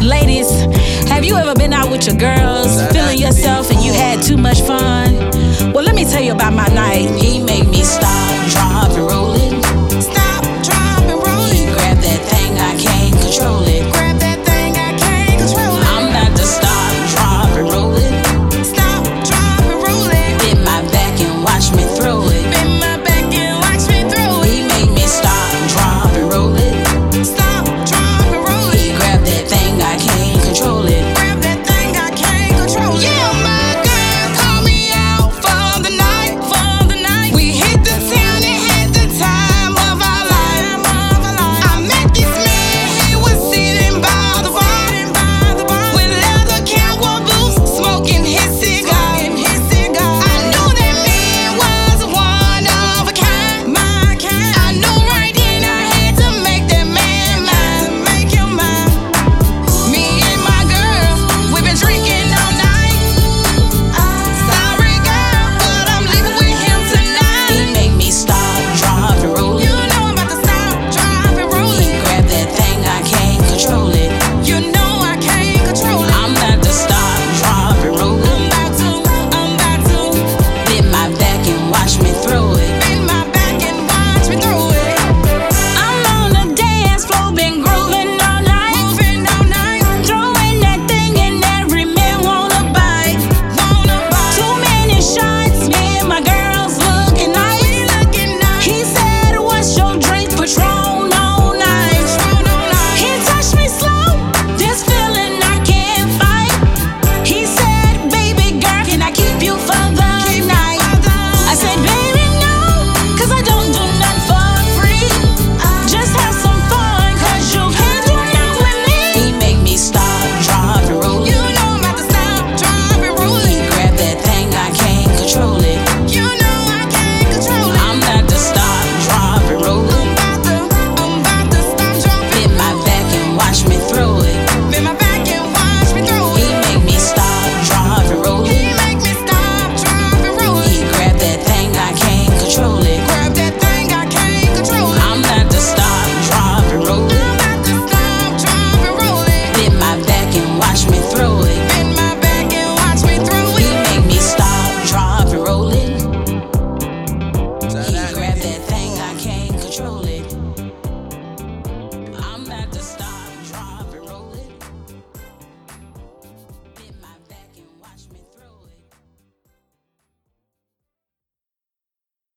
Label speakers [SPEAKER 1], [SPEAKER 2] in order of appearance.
[SPEAKER 1] Ladies, have you ever been out with your girls, feeling yourself, and you had too much fun? Well, let me tell you about my night. He made me stop.